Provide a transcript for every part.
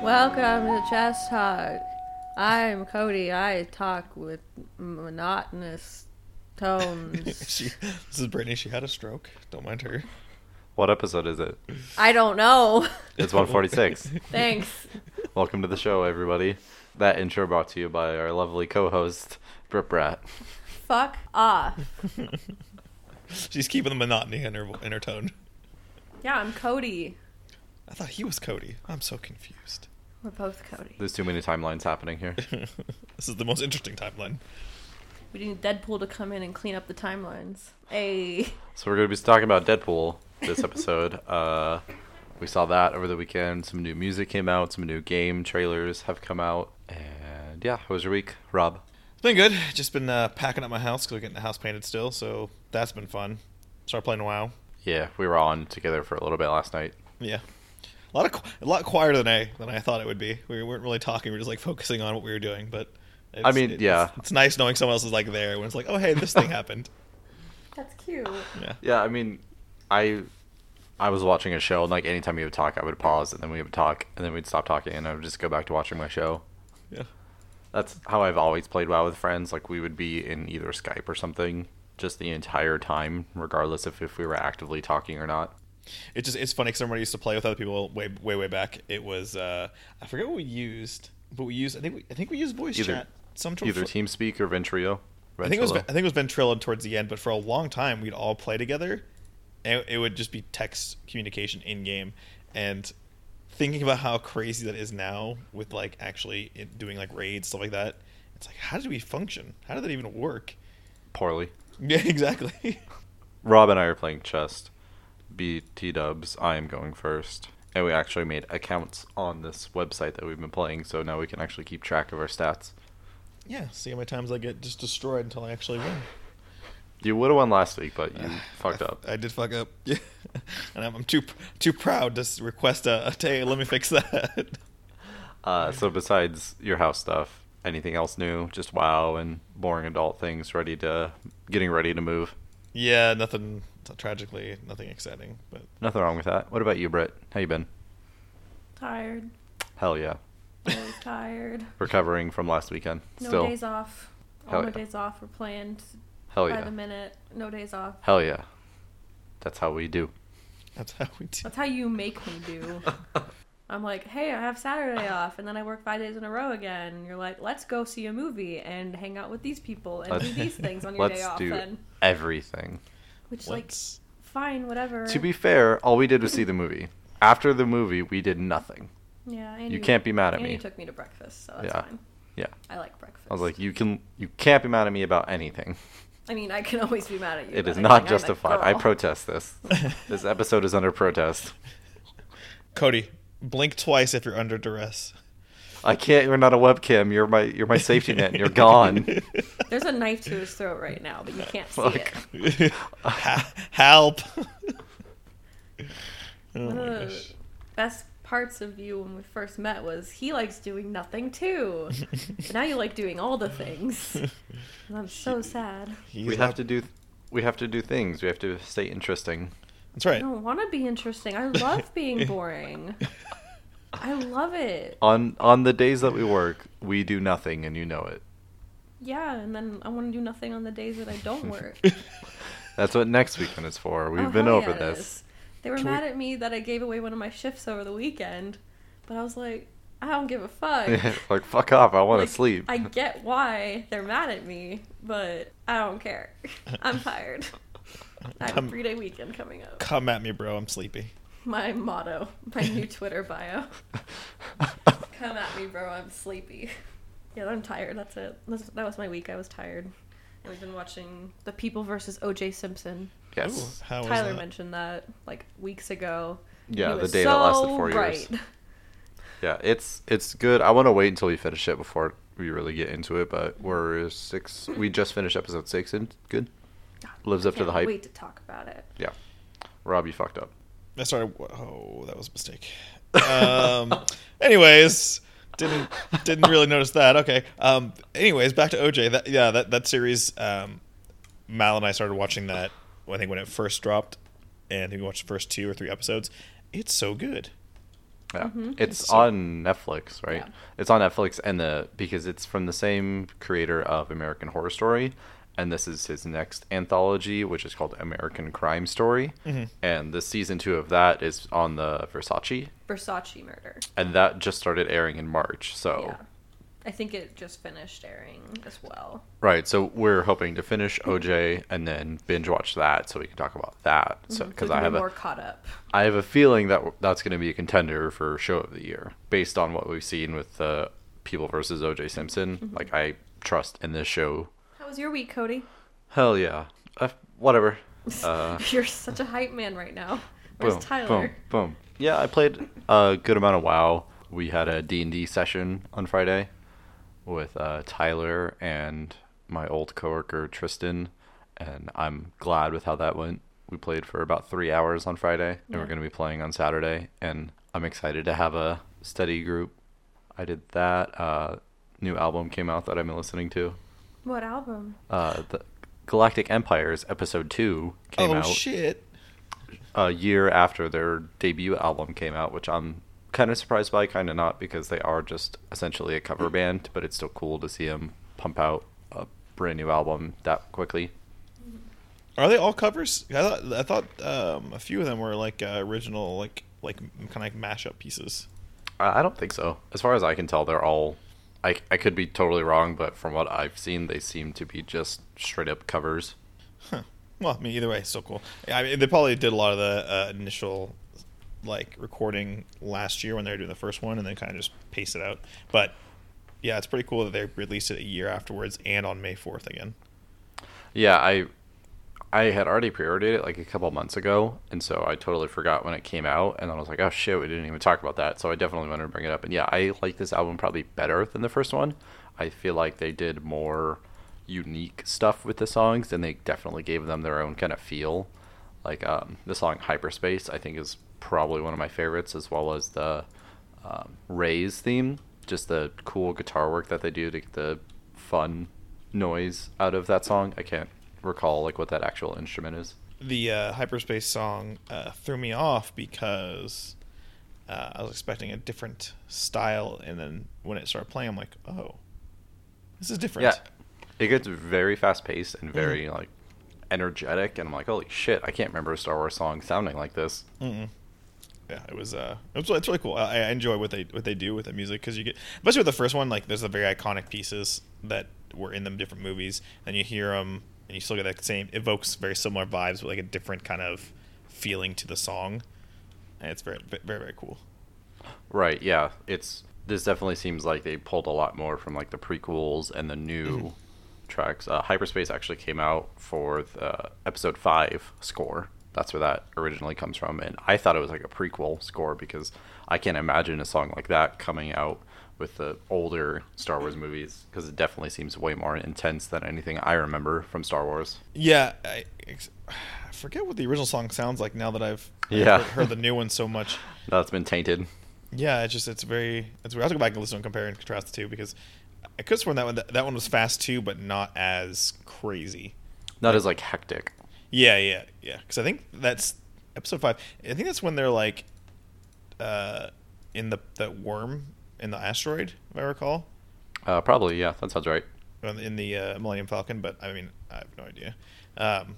Welcome to Chess Talk. I'm Cody. I talk with monotonous tones. she, this is Brittany. She had a stroke. Don't mind her. What episode is it? I don't know. It's 146. Thanks. Welcome to the show, everybody. That intro brought to you by our lovely co-host Britt Brat. Fuck off. She's keeping the monotony in her vo- in her tone. Yeah, I'm Cody. I thought he was Cody. I'm so confused. We're both Cody. There's too many timelines happening here. this is the most interesting timeline. We need Deadpool to come in and clean up the timelines. Hey. So we're going to be talking about Deadpool this episode. Uh, we saw that over the weekend. Some new music came out. Some new game trailers have come out. And yeah, how was your week, Rob? It's been good. Just been uh, packing up my house because we're getting the house painted still. So that's been fun. Start playing WoW. Yeah, we were on together for a little bit last night. Yeah, a lot of qu- a lot quieter than I than I thought it would be. We weren't really talking. We were just like focusing on what we were doing. But it's, I mean, it's- yeah. it's nice knowing someone else is like there when it's like, oh hey, this thing happened. That's cute. Yeah, Yeah, I mean, I I was watching a show, and like anytime we would talk, I would pause, and then we would talk, and then we'd stop talking, and I would just go back to watching my show. yeah. That's how I've always played WoW with friends. Like we would be in either Skype or something just the entire time, regardless of if we were actively talking or not. It just it's funny because remember I used to play with other people way way way back. It was uh, I forget what we used, but we used I think we, I think we used voice Either- chat. Some sort of Either TeamSpeak or Ventrio. I think it was Ventrilo. I think it was Ventrilo towards the end, but for a long time we'd all play together. And it would just be text communication in game, and thinking about how crazy that is now with like actually it, doing like raids stuff like that. It's like how did we function? How did that even work? poorly. Yeah, exactly. Rob and I are playing chess. BT dubs. I am going first. And we actually made accounts on this website that we've been playing, so now we can actually keep track of our stats. yeah, see how many times I get just destroyed until I actually win. You would have won last week, but you fucked I- up. I did fuck up. Yeah, and I'm, I'm too too proud to s- request a, a hey, let me fix that. Uh, so besides your house stuff, anything else new? Just wow and boring adult things. Ready to getting ready to move. yeah, nothing tragically, nothing exciting. But Nothing wrong with that. What about you, Britt? How you been? Tired. Hell yeah, Always tired. recovering from last weekend. No Still, days off. All Hell my yeah. days off were planned hell by yeah, the minute. No days off. hell yeah. That's how we do. that's how we do. That's how you make me do. I'm like, hey, I have Saturday off, and then I work five days in a row again. And you're like, let's go see a movie and hang out with these people and do Let's- these things on your day Let's off. do Then, everything. which is like, Let's- fine, whatever. To be fair, all we did was see the movie. After the movie, we did nothing. yeah, and You can't be mad at and me. You took me to breakfast, so that's Yeah. fine. Yeah, I like breakfast. I was like, you can, you can't be mad at me about anything. I mean, I can always be mad at you. It about is not anything. I'm that justified. I girl. protest this. this episode is under protest. Cody, blink twice if you're under duress. I can't. You're not a webcam. You're my. You're my safety net. And you're gone. There's a knife to his throat right now, but you can't see Fuck. it. Ha- Help! oh One my of the gosh. best parts of you when we first met was he likes doing nothing too. But now you like doing all the things. And I'm so sad. He's we have up- to do. We have to do things. We have to stay interesting. That's I right. don't want to be interesting. I love being boring. I love it. On on the days that we work, we do nothing, and you know it. Yeah, and then I want to do nothing on the days that I don't work. That's what next weekend is for. We've Oh, been hell over yeah, it this. is. They were Can we- mad at me that I gave away one of my shifts over the weekend, but I was like, I don't give a fuck. like fuck off. I want Like, to sleep. I get why they're mad at me, but I don't care. I'm tired. I have a Um, Come- three day weekend coming up. Come at me, bro. I'm sleepy. My motto, my new Twitter bio. Come at me, bro. I'm sleepy. Yeah, I'm tired. That's it. That's, that was my week. I was tired. And we've been watching The People versus O.J. Simpson. yes. Ooh, how was Tyler that? mentioned that like weeks ago. Yeah, He the was day that lasted so four years. right. Yeah, it's it's good. I want to wait until we finish it before we really get into it. But we're six. We just finished episode six, and good. Lives up to Can't the hype. Wait to talk about it. Yeah. Rob, you fucked up. I started. Oh, that was a mistake. Um, anyways, didn't didn't really notice that. Okay. Um, anyways, back to OJ. That yeah, that that series. Um, Mal and I started watching that. I think when it first dropped, and I think we watched the first two or three episodes. It's so good. Yeah. Mhm. It's So- on Netflix, right? Yeah. It's on Netflix and the because it's from the same creator of American Horror Story and this is his next anthology which is called American Crime Story. Mm-hmm. Mhm. And the season 2 of that is on the Versace Versace murder. and that just started airing in March. So Yeah. I think it just finished airing as well. Right, so we're hoping to finish OJ and then binge watch that, so we can talk about that. So Mm-hmm. So because we I can have be a more caught up. I have a feeling that that's going to be a contender for show of the year based on what we've seen with uh, People versus OJ Simpson. Like I trust in this show. How was your week, Cody? Hell yeah, uh, whatever. Uh, You're such a hype man right now. Where's boom, boom, Tyler? boom. Yeah, I played a good amount of WoW. We had a D and D session on Friday with uh, Tyler and my old coworker Tristan, and I'm glad with how that went. We played for about three hours on Friday, and we're Yeah. going to be playing on Saturday. And I'm excited to have a study group. I did that. Uh, new album came out that I've been listening to. What album? Uh, the Galactic Empires episode two came oh out shit! a year after their debut album came out, which I'm kind of surprised by, kind of not, because they are just essentially a cover band, but it's still cool to see them pump out a brand new album that quickly. Are they all covers? I thought I thought um, a few of them were like uh, original, like like kind of like mashup pieces. I I don't think so. As far as I can tell, they're all. I, I could be totally wrong, but from what I've seen, they seem to be just straight up covers. Huh. Well, I mean, either way, it's so cool. I mean, they probably did a lot of the uh, initial like recording last year when they were doing the first one, and then kind of just pace it out. But yeah, it's pretty cool that they released it a year afterwards and on May fourth again. Yeah, I I had already pre-ordered it like a couple months ago, and so I totally forgot when it came out, and I was like, oh shit, we didn't even talk about that. So I definitely wanted to bring it up. And yeah, I like this album probably better than the first one. I feel like they did more unique stuff with the songs, and they definitely gave them their own kind of feel. Like um, the song "Hyperspace," I think is probably one of my favorites, as well as the um, Ray's theme. Just the cool guitar work that they do to get the fun noise out of that song. I can't recall like what that actual instrument is. the uh, hyperspace song uh, threw me off because uh, I was expecting a different style, and then when it started playing, I'm like, oh, this is different. Yeah, it gets very fast paced and very like energetic, and I'm like, holy shit, I can't remember a Star Wars song sounding like this. Mm-mm. Yeah, it was. Uh, it was it's really cool. I, I enjoy what they what they do with the music because you get, especially with the first one, like there's the very iconic pieces that were in them different movies, and you hear them, and you still get that same evokes very similar vibes, but like a different kind of feeling to the song, and it's very very very cool. Right. Yeah. It's this definitely seems like they pulled a lot more from like the prequels and the new tracks. Uh, Hyperspace actually came out for the episode five score. That's where that originally comes from, and I thought it was like a prequel score because I can't imagine a song like that coming out with the older Star Wars movies because it definitely seems way more intense than anything I remember from Star Wars. Yeah, I, ex- I forget what the original song sounds like now that I've I've Yeah. heard, heard the new one so much. That's been tainted. Yeah, it's just it's very it's weird. I have to go back and listen and compare and contrast the two because I could have sworn that one that, that one was fast too, but not as crazy. Not as like hectic. Yeah, yeah, yeah. Because I think that's episode five. I think that's when they're like, uh, in the that worm in the asteroid, if I recall, Uh, probably. Yeah, that sounds right. in- in the uh, Millennium Falcon. But I mean, I have no idea. Um,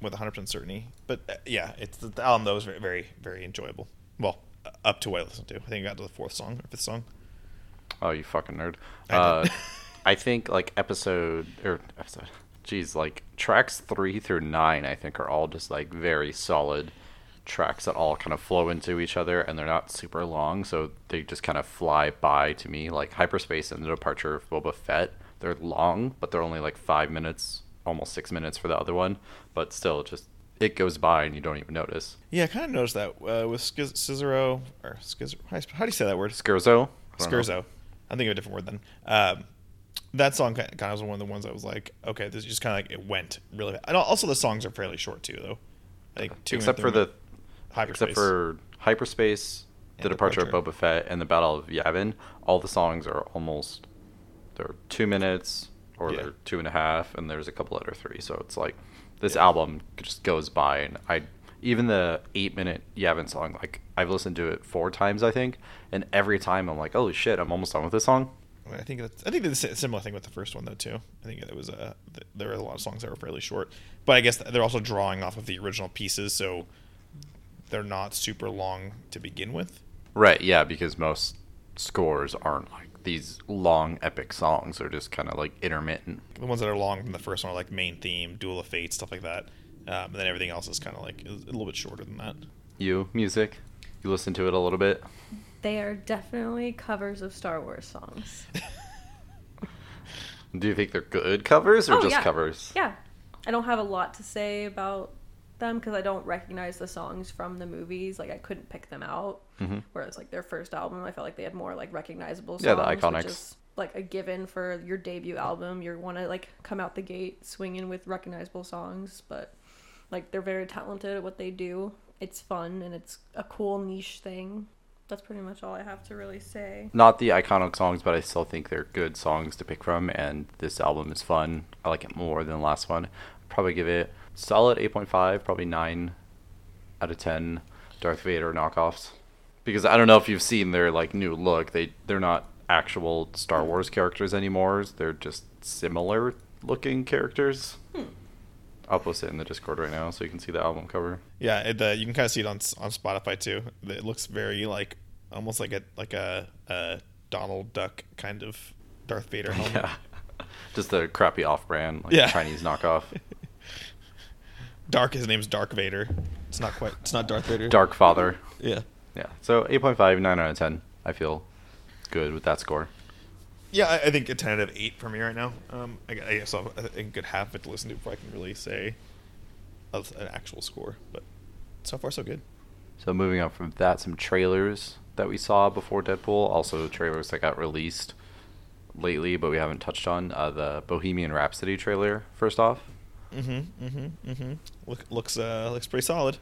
with 100% certainty. But uh, yeah, it's the album that was very, very, very enjoyable. Well, uh, up to what I listened to. I think I got to the fourth song or fifth song. Oh, you fucking nerd. I uh, did. I think like episode or episode, geez, like tracks three through nine, I think are all just like very solid tracks that all kind of flow into each other, and they're not super long, so they just kind of fly by to me. Like hyperspace and the departure of Boba Fett, they're long, but they're only like five minutes, almost six minutes for the other one, but still, just it goes by and you don't even notice. Yeah, I kind of noticed that uh, with Schiz- Cicero or Schiz- how do you sp- how do you say that word? Scherzo. I don't know. Scherzo. I'm thinking of a different word then. Um, that song kind of was one of the ones I was like, okay, this is just kind of like it went really. And al- also the songs are fairly short too, though. I think two and Except three for the minute hyperspace. except for hyperspace, the And departure, Departure. of Boba Fett, and the Battle of Yavin. All the songs are almost they're two minutes or Yeah. they're two and a half, and there's a couple that are three. So it's like this Yeah. album just goes by, and I even the eight minute Yavin song, like I've listened to it four times, I think, and every time I'm like, holy shit, I'm almost done with this song. I think that's, I think that's a similar thing with the first one though too. I think it was uh, th- there were a lot of songs that were fairly short, but I guess they're also drawing off of the original pieces, so they're not super long to begin with. Right, yeah, because most scores aren't like these long epic songs. They're just kind of like intermittent. The ones that are long from the first one are like main theme, Duel of Fate, stuff like that. Um, and then everything else is kind of like a little bit shorter than that. You, music, you listen to it a little bit. They are definitely covers of Star Wars songs. Do you think they're good covers or Oh, just yeah. covers? yeah. I don't have a lot to say about them because I don't recognize the songs from the movies. Like I couldn't pick them out. Whereas like their first album, I felt like they had more like recognizable songs. Mm-hmm. Yeah, the Iconics. Which is, like a given for your debut album, you want to like come out the gate swinging with recognizable songs. But like they're very talented at what they do. It's fun and it's a cool niche thing. That's pretty much all I have to really say. Not the iconic songs, but I still think they're good songs to pick from, and this album is fun. I like it more than the last one. Probably give it solid 8.5, probably 9 out of 10 Darth Vader knockoffs. Because I don't know if you've seen their like new look. They they're not actual Star Wars characters anymore. They're just similar looking characters. Hmm. I'll post it in the Discord right now so you can see the album cover. Yeah, it, uh, you can kind of see it on s- on Spotify too. It looks very like almost like a like a, a Donald Duck kind of Darth Vader helmet. Yeah. Just the crappy off-brand like Yeah. Chinese knockoff. Dark, his name's Dark Vader. It's not quite. It's not Darth Vader. Dark Father. Yeah. Yeah. So 8.5, 9 out of 10. I feel good with that score. Yeah, I, I think a ten out of eight for me right now. Um, I, gu- I guess I'll, I think a good half of it to listen to before I can really say a, an actual score. But so far, so good. So moving on from that, some trailers that we saw before Deadpool, also trailers that got released lately, but we haven't touched on uh, the Bohemian Rhapsody trailer. First off, Mm-hmm. Mm-hmm. Mm-hmm. Look, looks uh, looks pretty solid.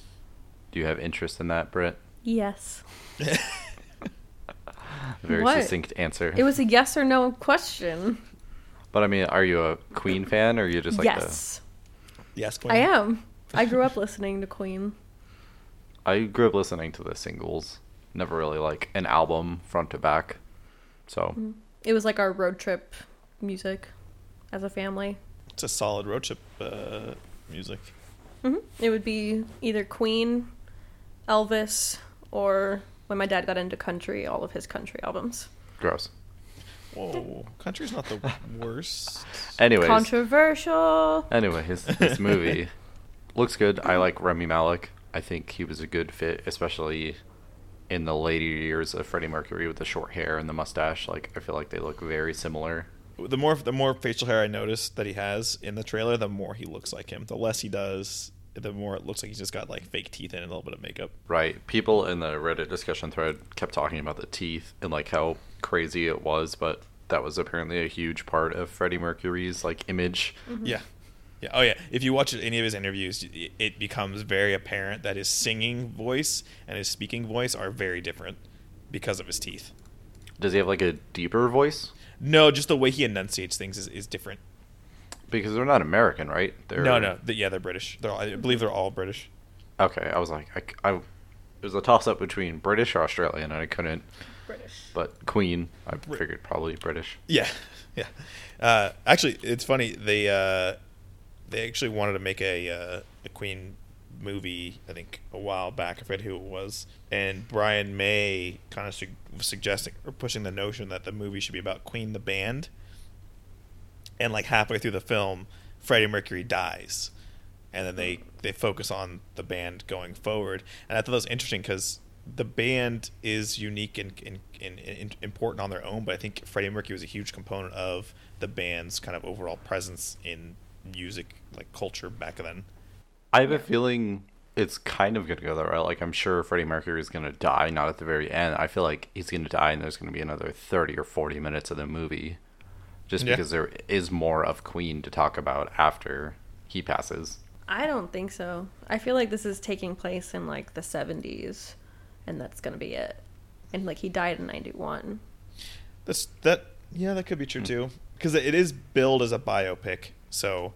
do you have interest in that, Britt? Yes. A very What? succinct answer. It was a yes or no question. but I mean, are you a Queen fan, or are you just like yes. yes, Queen. I am. I grew up listening to Queen. the? I grew up listening to the singles, never really like an album front to back. So Mm-hmm. It was like our road trip music as a family. It's a solid road trip uh, music. Mm-hmm. It would be either Queen, Elvis, or when my dad got into country, all of his country albums. gross. Whoa, country's not the worst. Anyways, Uh, Controversial. Anyway, his this movie looks good. I like Remy Malik. I think he was a good fit, especially in the later years of Freddie Mercury with the short hair and the mustache. Like I feel like they look very similar. The more the more facial hair I notice that he has in the trailer, the more he looks like him. The less he does, the more it looks like he's just got like fake teeth and a little bit of makeup. Right. People in the Reddit discussion thread kept talking about the teeth and like how crazy it was, but that was apparently a huge part of Freddie Mercury's like image. Yeah. Yeah. Oh, yeah. If you watch any of his interviews, i- it becomes very apparent that his singing voice and his speaking voice are very different because of his teeth. Does he have like a deeper voice? No, just the way he enunciates things is, is different. Because they're not American, right? They're No, no. The, yeah, they're British. They're all, I believe they're all British. Okay, I was like, I, I- it was a toss up between British or Australian, and I couldn't. British. But Queen, I figured probably British. Yeah, yeah. Uh, actually, it's funny. They uh, they actually wanted to make a uh, a Queen movie. I think a while back. I forget who it was. And Brian May kind of su- was suggesting or pushing the notion that the movie should be about Queen the band. And like halfway through the film, Freddie Mercury dies, and then they they focus on the band going forward. And I thought that was interesting because the band is unique and, and, and, and important on their own, but I think Freddie Mercury was a huge component of the band's kind of overall presence in music like culture back then. I have a feeling it's kind of going to go that route. Like, I'm sure Freddie Mercury is going to die, not at the very end. I feel like he's going to die, and there's going to be another 30 or 40 minutes of the movie just Yeah. because there is more of Queen to talk about after he passes. I don't think so. I feel like this is taking place in like the 70s, and that's going to be it. And like he died in 91. That's that yeah, that could be true too because it is billed as a biopic, so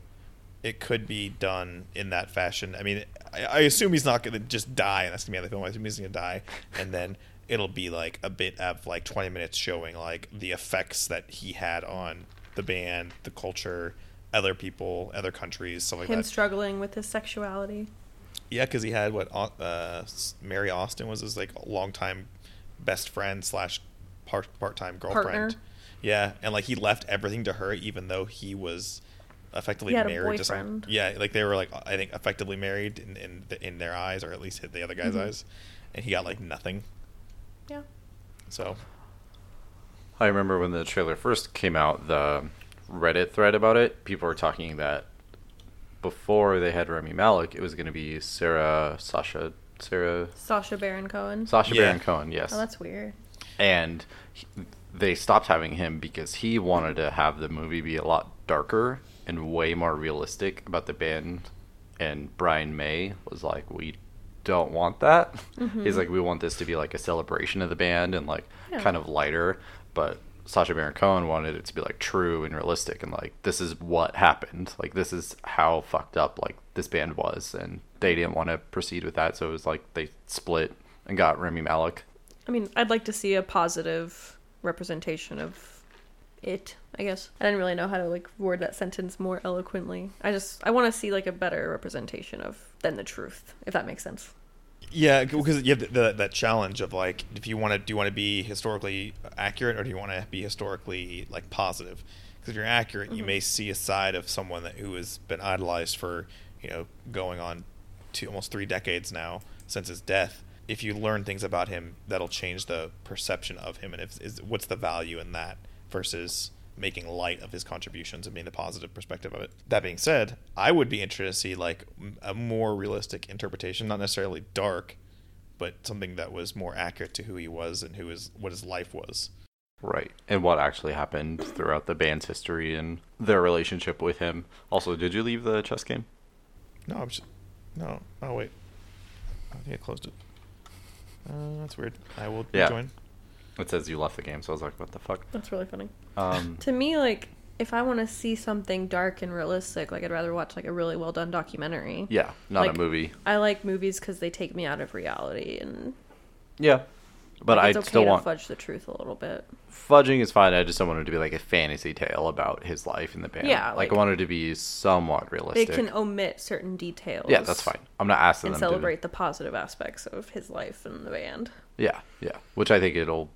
it could be done in that fashion. I mean, I, I assume he's not going to just die, and that's going to be on the film. I assume he's going to die, and then it'll be like a bit of like 20 minutes showing like the effects that he had on the band, the culture, other people, other countries, stuff like Him that. struggling with his sexuality. Yeah, because he had what Au- uh, S- Mary Austin was his like longtime best friend slash part part time girlfriend. Partner. Yeah, and like he left everything to her, even though he was effectively He had a married to some. boyfriend. Yeah, like they were like I think effectively married in in, the, in their eyes, or at least hit the other Mm-hmm. guy's eyes, and he got like nothing. Yeah. So I remember when the trailer first came out, the Reddit thread about it, people were talking that before they had Remy Malik, it was going to be Sarah, Sasha, Sarah, Sasha Baron Cohen. Sasha Yeah. Baron Cohen, yes. oh, that's weird. and he, they stopped having him because he wanted to have the movie be a lot darker and way more realistic about the band. And Brian May was like, "We don't want that." He's like, "We want this to be like a celebration of the band and like Yeah. kind of lighter." But Sasha Baron Cohen wanted it to be like true and realistic and like this is what happened. Like this is how fucked up like this band was, and they didn't want to proceed with that. So it was like they split and got Remy Malik I mean, I'd like to see a positive representation of it, I guess. I didn't really know how to like word that sentence more eloquently. I just I want to see like a better representation of than the truth, if that makes sense. Yeah, because you have the, the, that challenge of like, if you want to, do you want to be historically accurate or do you want to be historically like positive? Because if you're accurate, you may see a side of someone that who has been idolized for you know going on to almost three decades now since his death. If you learn things about him, that'll change the perception of him, and if is what's the value in that versus making light of his contributions and being the positive perspective of it. That being said, I would be interested to see like m- a more realistic interpretation, not necessarily dark, but something that was more accurate to who he was and who his what his life was. Right. And what actually happened throughout the band's history and their relationship with him. Also, did you leave the chess game? No, I'm just, no. Oh wait, I think I closed it. Uh, that's weird. I will Yeah. join. It says you left the game, so I was like, what the fuck? That's really funny. Um, To me, like if I want to see something dark and realistic, like I'd rather watch like a really well done documentary. yeah, not Like- a movie. I like movies because they take me out of reality, and Yeah. But like, I it's okay still to want. fudge the truth a little bit. Fudging is fine. I just don't want it to be like a fantasy tale about his life in the band. Yeah, Like, like- I want it to be somewhat They realistic. can omit certain details. yeah, that's fine. I'm not asking And them to. celebrate the positive aspects of his life and the band. Yeah, yeah. Which I think it'll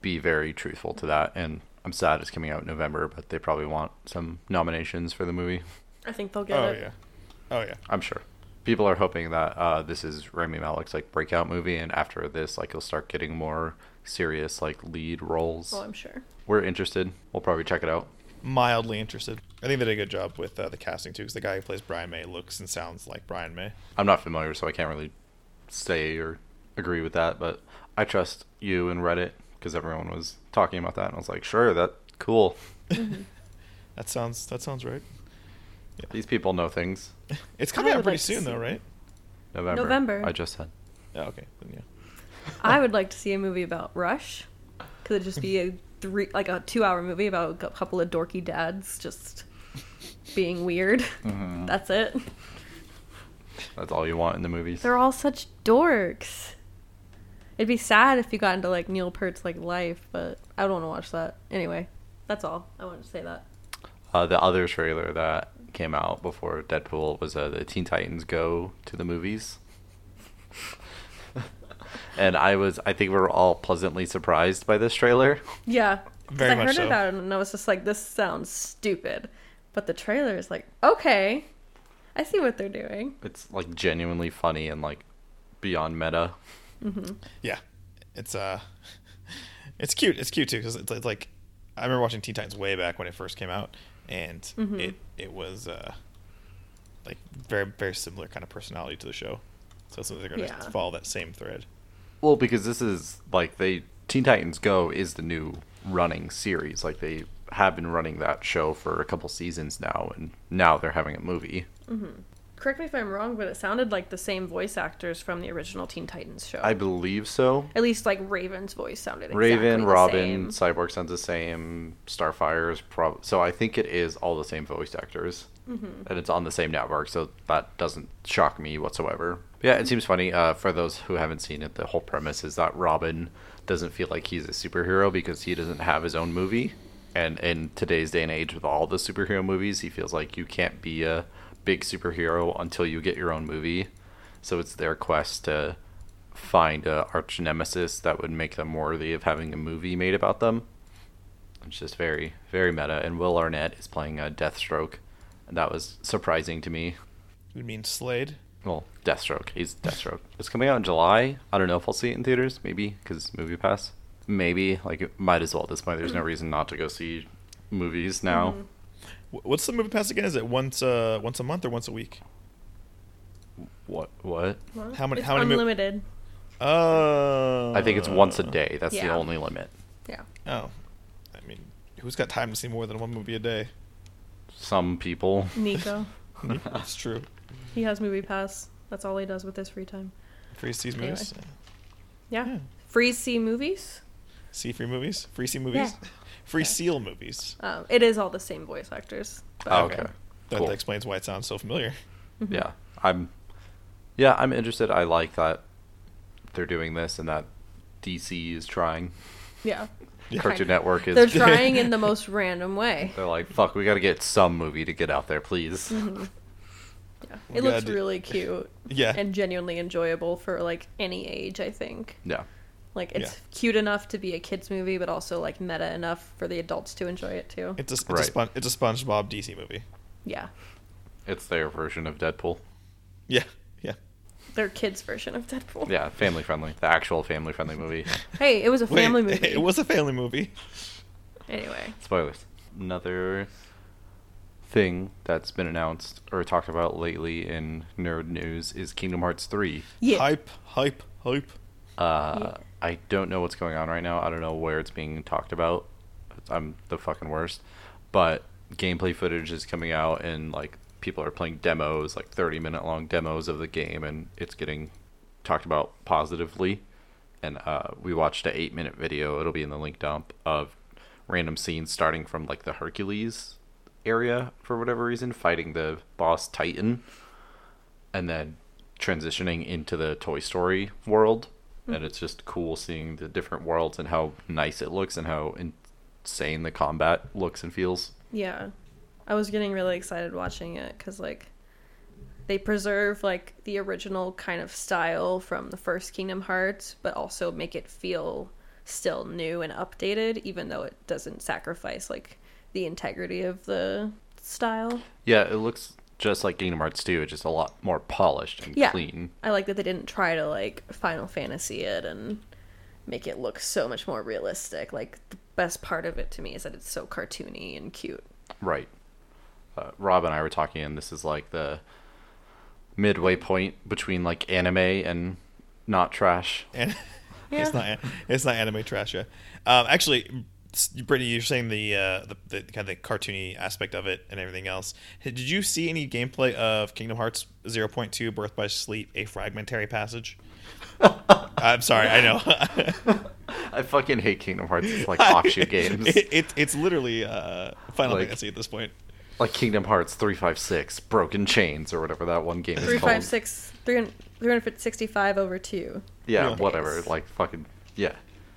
be very truthful to that. And I'm sad it's coming out in November, but they probably want some nominations for the movie. I think they'll get Oh it. yeah, oh yeah. I'm sure. People are hoping that uh, this is Rami Malek's like breakout movie, and after this, like he'll start getting more serious like lead roles. Well, I'm sure. We're interested. We'll probably check it out. Mildly interested. I think they did a good job with uh, the casting too, because the guy who plays Brian May looks and sounds like Brian May. I'm not familiar, so I can't really say or agree with that, but I trust you and Reddit because everyone was talking about that, and I was like, sure, that cool. That sounds that sounds right. These people know things. It's I coming out would pretty like to soon see though, right? November. November. I just said. Oh, okay. Then, yeah. I would like to see a movie about Rush. Could it just be a three, like a two-hour movie about a couple of dorky dads just being weird? Mm-hmm. That's it. That's all you want in the movies. They're all such dorks. It'd be sad if you got into like Neil Peart's like life, but I don't want to watch that anyway. That's all. I wanted to say that. Uh, the other trailer that came out before Deadpool was uh, the Teen Titans Go to the movies. and I was, I think we were all pleasantly surprised by this trailer. Yeah, 'cause Very I much heard so. about it and I was just like, this sounds stupid, but the trailer is like, okay, I see what they're doing. It's like genuinely funny and like beyond meta. Yeah, it's uh, it's cute. It's cute too because it's, it's like I remember watching Teen Titans way back when it first came out, and Mm-hmm. it it was uh, like very very similar kind of personality to the show. So it's they're gonna Yeah. follow that same thread. Well, because this is like they Teen Titans Go is the new running series. Like they have been running that show for a couple seasons now, and now they're having a movie. correct me if I'm wrong, but it sounded like the same voice actors from the original Teen Titans show. I believe so. At least like Raven's voice sounded exactly Raven, the Robin, same. Cyborg sounds the same. Starfire is prob so I think it is all the same voice actors, and it's on the same network, so that doesn't shock me whatsoever. Yeah, it seems funny. Uh, for those who haven't seen it, the whole premise is that Robin doesn't feel like he's a superhero because he doesn't have his own movie, and in today's day and age, with all the superhero movies, he feels like you can't be a big superhero until you get your own movie. So it's their quest to find a arch nemesis that would make them worthy of having a movie made about them. It's just very, very meta. And Will Arnett is playing uh, Deathstroke, and that was surprising to me. You mean Slade? Well, Deathstroke. He's Deathstroke. It's coming out in July. I don't know if I'll see it in theaters. Maybe because Movie Pass. Maybe like it might as well at this point. There's no reason not to go see movies now. Mm-hmm. Wh- What's the movie pass again? Is it once uh once a month or once a week? What? What? What? How Mm-hmm. many- It's how many mo- unlimited. Oh. I think it's once a day. That's the Yeah. only limit. yeah. Oh, I mean, who's got time to see more than one movie a day? Some people. Mm-hmm. Nico. It's true. he has movie pass. That's all he does with his free time. Free to see Anyway. movies. Yeah. Yeah. Free see movies. See free movies. Free see movies. Free seal movies. Um, it is all the same voice actors. but- Mm-hmm. Oh, okay. That, Cool. that explains why it sounds so familiar. yeah i'm yeah i'm interested i like that they're doing this and that dc is trying Yeah. Yeah. cartoon network is They're trying in the most random way. they're like fuck we gotta get some movie to get out there please Yeah. We It looks gotta do- really cute Yeah. and genuinely enjoyable for like any age, I think. yeah Like it's Yeah. cute enough to be a kids movie, but also like meta enough for the adults to enjoy it too. it's a it's, Right. a, Spon- it's a SpongeBob DC movie. Yeah, it's their version of deadpool Yeah. Yeah. their kids version of Deadpool. yeah family friendly the actual family friendly movie Hey, it was a Wait, family movie. It was a family movie. anyway. spoilers another thing that's been announced or talked about lately in nerd news is kingdom hearts 3 Yeah. Hype. Hype. Hype. Uh, Yeah. I don't know what's going on right now. I don't know where it's being talked about. I'm the fucking worst. But gameplay footage is coming out, and like people are playing demos, like 30 minute long demos of the game, and it's getting talked about positively. And uh, we watched a eight minute video. It'll be in the link dump of random scenes starting from like the Hercules area for whatever reason, fighting the boss Titan and then transitioning into the Toy Story world. Hmm. And it's just cool seeing the different worlds and how nice it looks and how insane the combat looks and feels. Yeah. I was getting really excited watching it because, like, they preserve, like, the original kind of style from the first Kingdom Hearts, but also make it feel still new and updated, even though it doesn't sacrifice, like, the integrity of the style. Yeah, it looks just like Kingdom Hearts 2, it's just a lot more polished and Yeah. clean. I like that they didn't try to, like, Final Fantasy it and make it look so much more realistic. Like, the best part of it to me is that it's so cartoony and cute. Right. Uh, Rob and I were talking, and this is like the midway point between like anime and not trash. And Yeah. it's not it's not anime trash. Yeah. Um, actually, s- Brittany, you're saying the, uh, the the kind of the cartoony aspect of it and everything else. Did you see any gameplay of Kingdom Hearts 0.2 Birth by Sleep: A Fragmentary Passage? I'm sorry, I know. I fucking hate Kingdom Hearts. It's like offshoot games. It, it- it's literally uh, Final Like- Fantasy at this point. like Kingdom Hearts 356, Broken Chains, or whatever that one game is Three called. five six three hundred three hundred sixty five over 2. Yeah, Yeah. whatever. Like fucking yeah.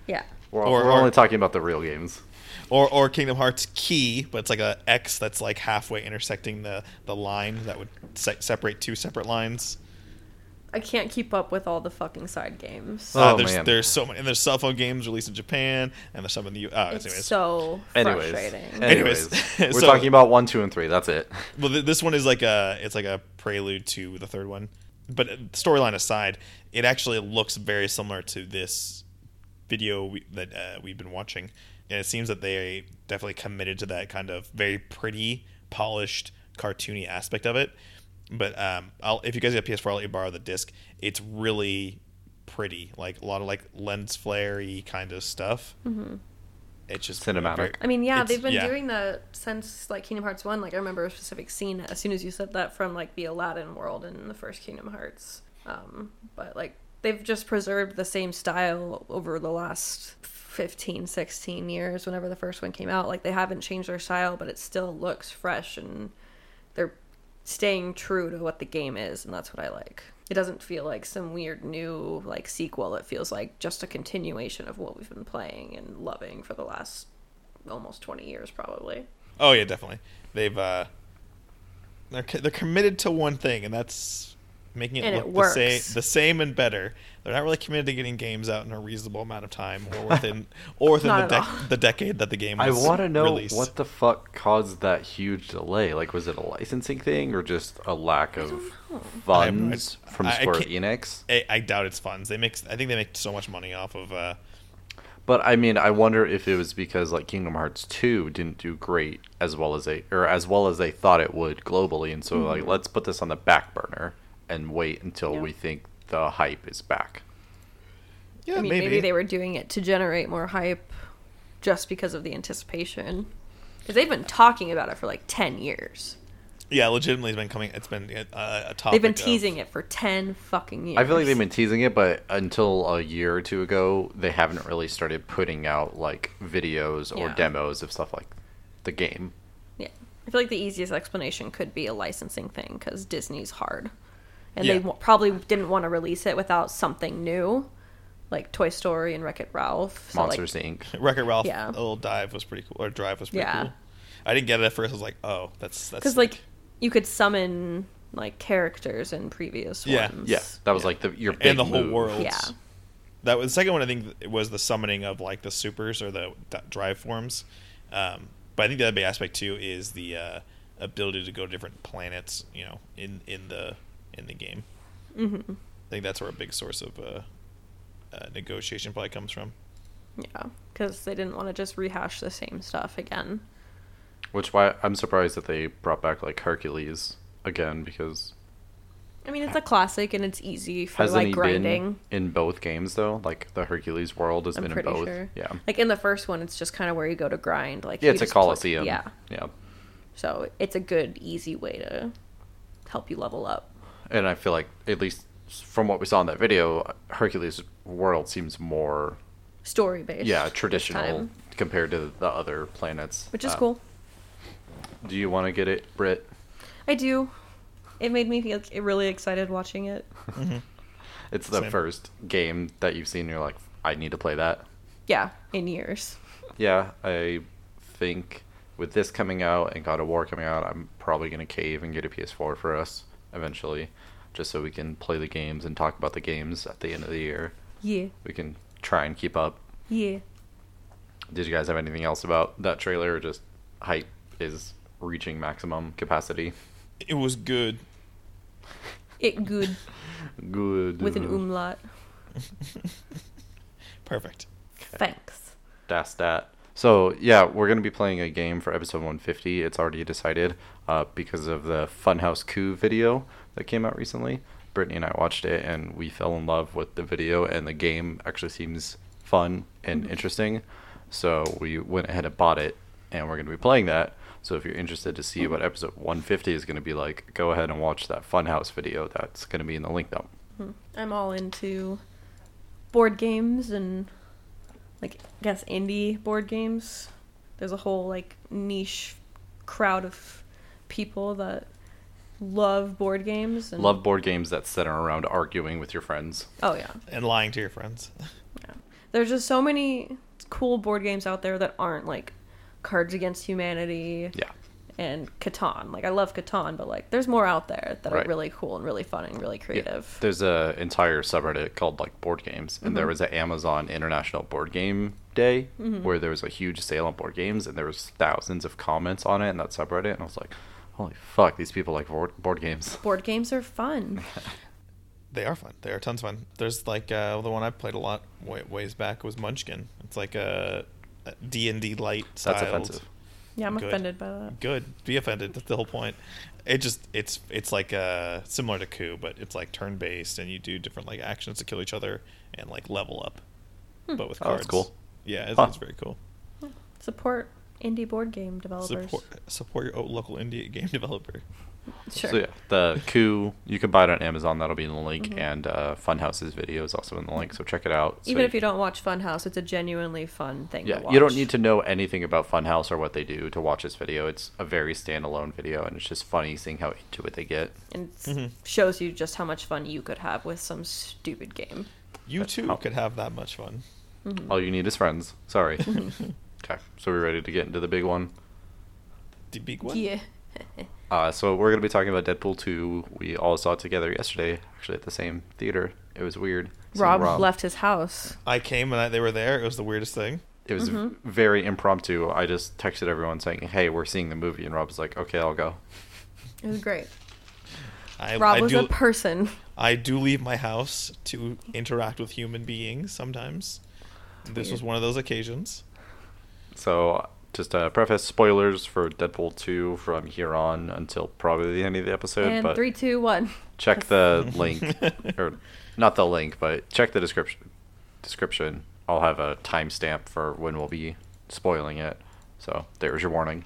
Yeah. We're, Or- we're or- only talking about the real games. Or, or Kingdom Hearts Key, but it's like a X that's like halfway intersecting the, the line that would se- separate two separate lines. I can't keep up with all the fucking side games. Oh, uh, there's, man. there's so many, and there's cell phone games released in Japan, and there's some in the U. Uh, it's anyways, so Anyways, frustrating. anyways, Anyways, we're so- talking about one, two, and three. That's it. well, th- this one is like a it's like a prelude to the third one, but uh, storyline aside, it actually looks very similar to this video we, that uh, we've been watching, and it seems that they definitely committed to that kind of very pretty, polished, cartoony aspect of it. But um, I'll, if you guys got PS4, I'll let you borrow the disc. It's really pretty, like a lot of like lens flare kind of stuff. It's just Cinematic. very- I mean, yeah, It's- they've been yeah. doing that since like Kingdom Hearts One. Like I remember a specific scene as soon as you said that from like the Aladdin world in the first Kingdom Hearts. Um, but like they've just preserved the same style over the last 15, 16 years. Whenever the first one came out, like they haven't changed their style, but it still looks fresh and they're staying true to what the game is, and that's what I like. It doesn't feel like some weird new like sequel. It feels like just a continuation of what we've been playing and loving for the last almost 20 years probably. Oh yeah, definitely. They've uh, they're co- they're committed to one thing, and that's making it And it look works. the same, the same and better. They're not really committed to getting games out in a reasonable amount of time, or within or within the, Not at dec all. the decade that the game. I Was want to know released. what the fuck caused that huge delay. Like, was it a licensing thing or just a lack of funds I- from I Square can't- Enix? I, I doubt it's funds. They make I think they make so much money off of. Uh, But I mean, I wonder if it was because like Kingdom Hearts 2 didn't do great as well as they or as well as they thought it would globally, and so like let's put this on the back burner and wait until Yeah. we think the hype is back. yeah, I mean, maybe. maybe. they were doing it to generate more hype just because of the anticipation. Cuz they've been talking about it for like 10 years. Yeah, legitimately, it's been coming. It's been uh, a topic. They've been of- teasing it for 10 fucking years. I feel like they've been teasing it, but until a year or two ago, they haven't really started putting out like videos or Yeah. demos of stuff like the game. Yeah. I feel like the easiest explanation could be a licensing thing because Disney's hard. And they Yeah. w- probably didn't want to release it without something new, like Toy Story and Wreck It Ralph. So, like- Monsters Inc. Wreck-It Ralph. Yeah. A little dive was pretty cool, or drive was pretty Yeah. cool. I didn't get it at first. I was like, oh, that's that's Because, like, you could summon, like, characters in previous Yeah. ones. Yeah, that was like the your big and the whole move. world. Yeah. That was the second one. I think it was the summoning of like the supers or the d- drive forms. Um, but I think the other big aspect too is the uh, ability to go to different planets. You know, in in the in the game. Mm-hmm. I think that's where a big source of uh, uh, negotiation probably comes from. Yeah. Because they didn't want to just rehash the same stuff again. Which why I'm surprised that they brought back like Hercules again because I mean, it's a classic and it's easy for, hasn't like, he grinding. been in both games though? Like the Hercules world has I'm been in pretty both. sure. Yeah, Like, in the first one, it's just kind of where you go to grind. Like, yeah, you it's a just click- Colosseum. Yeah. yeah. So it's a good, easy way to help you level up. and I feel like at least from what we saw in that video, Hercules world seems more Story based. yeah traditional Time. compared to the other planets, Which is Um, cool. Do you want to get it, Britt? I do. It made me feel really excited watching it. It's the Same. first game that you've seen. You're like, I need to play that. Yeah, in years. Yeah, I think with this coming out and God of War coming out, I'm probably gonna cave and get a PS4 for us eventually, just so we can play the games and talk about the games at the end of the year. Yeah, We can try and keep up. yeah. Did you guys have anything else about that trailer or just hype is reaching maximum capacity? It was good. It good Good. with an umlaut. Perfect. Thanks. That's that. So yeah, we're gonna be playing a game for episode 150. It's already decided uh, because of the Funhouse Coup video that came out recently. Brittany and I watched it and we fell in love with the video and the game actually seems fun and interesting. So we went ahead and bought it and we're gonna be playing that. So if you're interested to see what episode 150 is gonna be like, go ahead and watch that Funhouse video. That's gonna be in the link dump. I'm all into board games and like I guess indie board games. There's a whole like niche crowd of people that love board games and Love board games that center around arguing with your friends. Oh yeah. And lying to your friends. There's just so many cool board games out there that aren't like Cards Against Humanity Yeah. and Catan. Like I love Catan, but like there's more out there that Right. are really cool and really fun and really Yeah, creative. Mm-hmm. There's a entire subreddit called like board games, and there was an Amazon International Board Game Day where there was a huge sale on board games, and there was thousands of comments on it in that subreddit, and I was like, holy fuck, these people like board, board games. Board games are fun. They are fun. They are tons of fun. There's like uh, the one I played a lot wa- ways back was Munchkin. It's like a D and D light. That's styled- offensive. Yeah, I'm Good. offended by that. Good. Be offended. That's the whole point. It just it's it's like uh, similar to Coup, but it's like turn based, and you do different like actions to kill each other and like level up, but with Oh, Hmm. cards. that's cool. Yeah, it's, Huh. it's very cool. Support indie board game developers. Support support your local indie game developer. Sure. So yeah, the coup you can buy it on Amazon. That'll be in the link, Mhm. and uh, Funhouse's video is also in the link. So check it out. So Even if you don't watch Funhouse, it's a genuinely fun thing. yeah, to watch. you don't need to know anything about Funhouse or what they do to watch this video. It's a very standalone video, and it's just funny seeing how into it they get. And it Mm-hmm. Mhm. shows you just how much fun you could have with some stupid game. Mm-hmm. You That's too how- could have that much fun. All you need is friends. Sorry. okay, so we're ready to get into the big one. The big one. Yeah. Uh, so we're going to be talking about Deadpool 2. We all saw it together yesterday, actually at the same theater. It was weird. Seeing Rob, left his house. I came and I, they were there. It was the weirdest thing. It was v- Mm-hmm. very impromptu. I just texted everyone saying, "Hey, we're seeing the movie," and Rob was like, "Okay, I'll go." It was great. I, Rob I was do, a person. I do leave my house to interact with human beings sometimes. This was one of those occasions. So, just a preface: spoilers for Deadpool 2 from here on until probably the end of the episode. And Uh, but three, two, one. check the link, or not the link, but check the description. Description. I'll have a timestamp for when we'll be spoiling it. So there's your warning.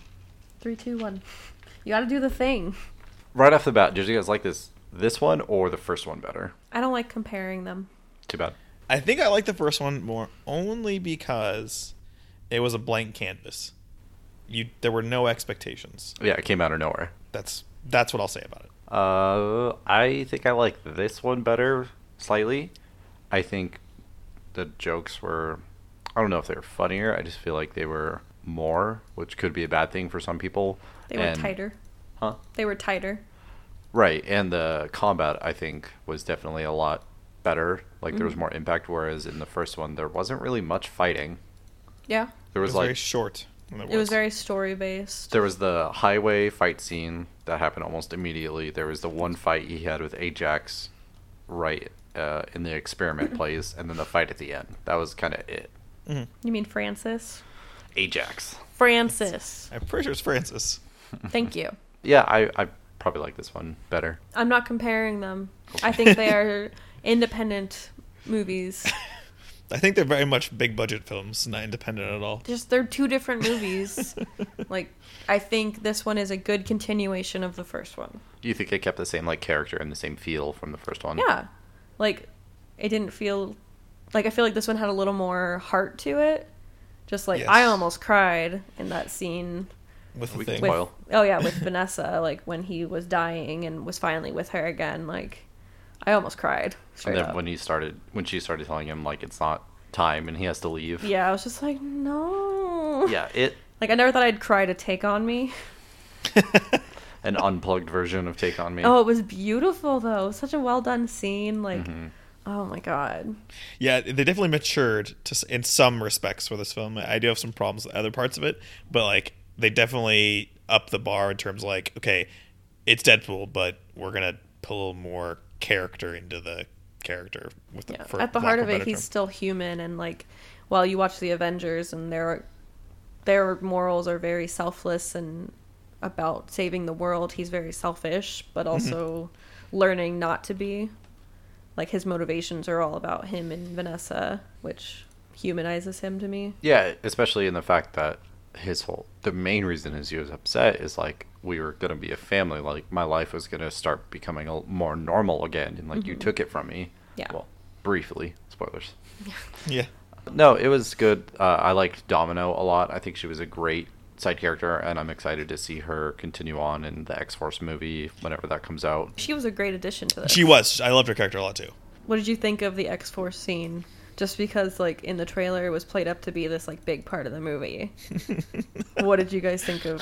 Three, two, one. You gotta do the thing. Right off the bat, did you guys like this this one or the first one better? I don't like comparing them. Too bad. I think I like the first one more only because it was a blank canvas. You there were no expectations. Yeah, it came out of nowhere. That's that's what I'll say about it. Uh, I think I like this one better slightly. I think the jokes were, I don't know if they were funnier. I just feel like they were more, which could be a bad thing for some people. They were And- tighter. Huh? They were tighter. Right, and the combat I think was definitely a lot better. Like there was more impact, whereas in the first one there wasn't really much fighting. Yeah. There It was, was like very short. in the It was words. very story based. there was the highway fight scene that happened almost immediately. There was the one fight he had with Ajax, right uh, in the experiment place, and then the fight at the end. That was kind of it. Mm-hmm. You mean Francis? Ajax. Francis. I'm pretty sure it's Francis. Thank you. Yeah, I I probably like this one better. I'm not comparing them. I think they are independent movies. I think they're very much big budget films, not independent at all. Just they're two different movies. like I think this one is a good continuation of the first one. Do you think it kept the same like character and the same feel from the first one? Yeah. Like it didn't feel like I feel like this one had a little more heart to it. Just like I Yes. almost cried in that scene With the We can thing. with Well. oh yeah with Vanessa like when he was dying and was finally with her again like I almost cried straight and then up. when he started, when she started telling him like it's not time and he has to leave. yeah, I was just like no. Yeah, it Like I never thought I'd cry to take on me. an unplugged version of Take on Me. Oh, it was beautiful though. It was Such a well done scene. Like, Mm-hmm. oh my god. Yeah, they definitely matured to s- in some respects for this film. I do have some problems with other parts of it, but like they definitely up the bar in terms of like okay, it's Deadpool, but we're gonna put a little more character into the character with the, Yeah. for At the lack heart a of it, better he's term. still human, and like, while you watch the Avengers, and their their morals are very selfless and about saving the world. He's very selfish, but Mm-hmm. also learning not to be. Like his motivations are all about him and Vanessa, which humanizes him to me. Yeah, especially in the fact that his whole the main reason is he was upset is like we were gonna be a family, like my life was gonna start becoming a, more normal again, and like you took it from me. Mm-hmm. Yeah. Well, briefly, spoilers. yeah. No, it was good. Uh, I liked Domino a lot. I think she was a great side character, and I'm excited to see her continue on in the X Force movie whenever that comes out. She was a great addition to this. She was. I loved her character a lot too. What did you think of the X Force scene? Just because, like, in the trailer, it was played up to be this like big part of the movie. what did you guys think of?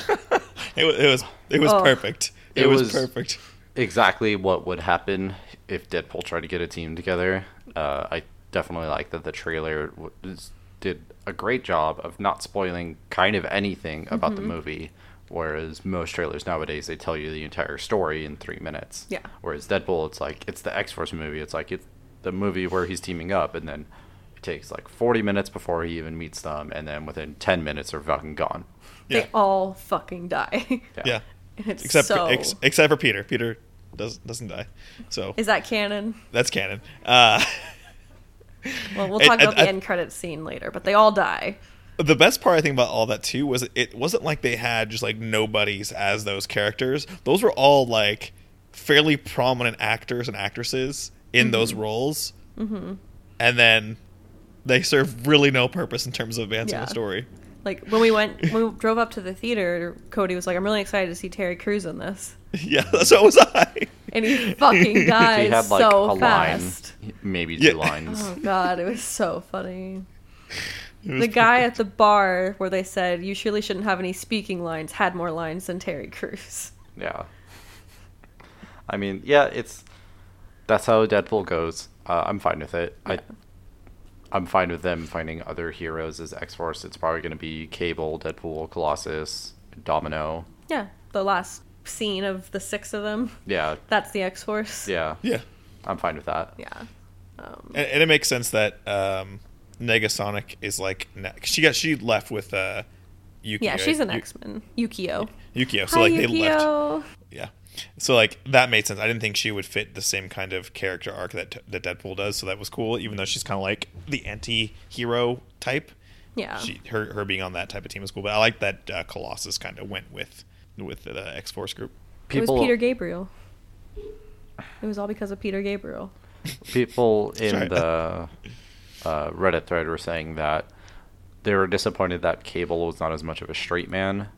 It was. It was. It was Oh. perfect. It, It was, was- perfect. exactly what would happen if Deadpool tried to get a team together. Uh, I definitely like that the trailer w- is- did a great job of not spoiling kind of anything about Mm-hmm. the movie. Whereas most trailers nowadays, they tell you the entire story in three minutes. Yeah. Whereas Deadpool, it's like it's the X Force movie. It's like it's the movie where he's teaming up, and then it takes like 40 minutes before he even meets them, and then within 10 minutes, they're fucking gone. Yeah. They all fucking die. yeah. And it's Except so. for, ex, except for Peter. Peter does doesn't die. So Is that canon? that's canon. Uh, Well, we'll I- talk I- about the I- end credits scene later, but they all die. the best part I think about all that too was it wasn't like they had just like nobodies as those characters. Those were all like fairly prominent actors and actresses in those roles, Mm-hmm. and then they serve really no purpose in terms of advancing Yeah. the story. Like when we went, when we drove up to the theater, Cody was like, "I'm really excited to see Terry Crews in this," Yeah, so was I. and he fucking died he had like so a fast. line, maybe two Yeah. lines. Oh god, it was so funny. It was The guy at the bar where they said you surely shouldn't have any speaking lines had more lines than Terry Crews. Yeah. I mean, yeah, it's that's how Deadpool goes. Uh, I'm fine with it. I I'm fine with them finding other heroes as X Force. It's probably going to be Cable, Deadpool, Colossus, Domino. Yeah, the last scene of the six of them. Yeah, That's the X Force. yeah, Yeah, I'm fine with that. Yeah. Um, and, and it makes sense that um, Negasonic is like ne- she got she left with uh, Yukio. yeah, she's an Yu- X Men. Yukio. Yukio. So Hi, like they left. Yukio. Yeah. So like that made sense. I didn't think she would fit the same kind of character arc that that Deadpool does, so that was cool. Even though she's kind of like the anti-hero type, Yeah. she her her being on that type of team is cool. But I like that uh, Colossus kind of went with with the X Force group. It was People, Peter Gabriel. It was all because of Peter Gabriel. people in Sorry. the uh, Reddit thread were saying that they were disappointed that Cable was not as much of a straight man.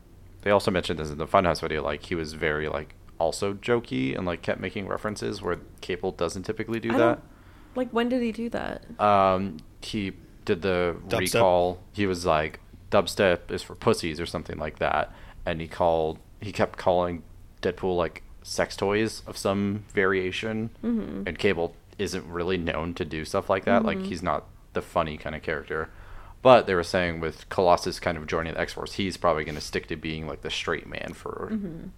They also mentioned this in the Funhouse video, like he was very like also jokey and like kept making references where Cable doesn't typically do I that. don't- Like, when did he do that? Uh, Um, he did the Dubstep. recall. He was like, "Dubstep is for pussies" or something like that, and he called. He kept calling Deadpool like sex toys of some variation, Mhm. and Cable isn't really known to do stuff like that. Like he's not the funny kind of character. But they were saying with Colossus kind of joining the X Force, he's probably going to stick to being like the straight man for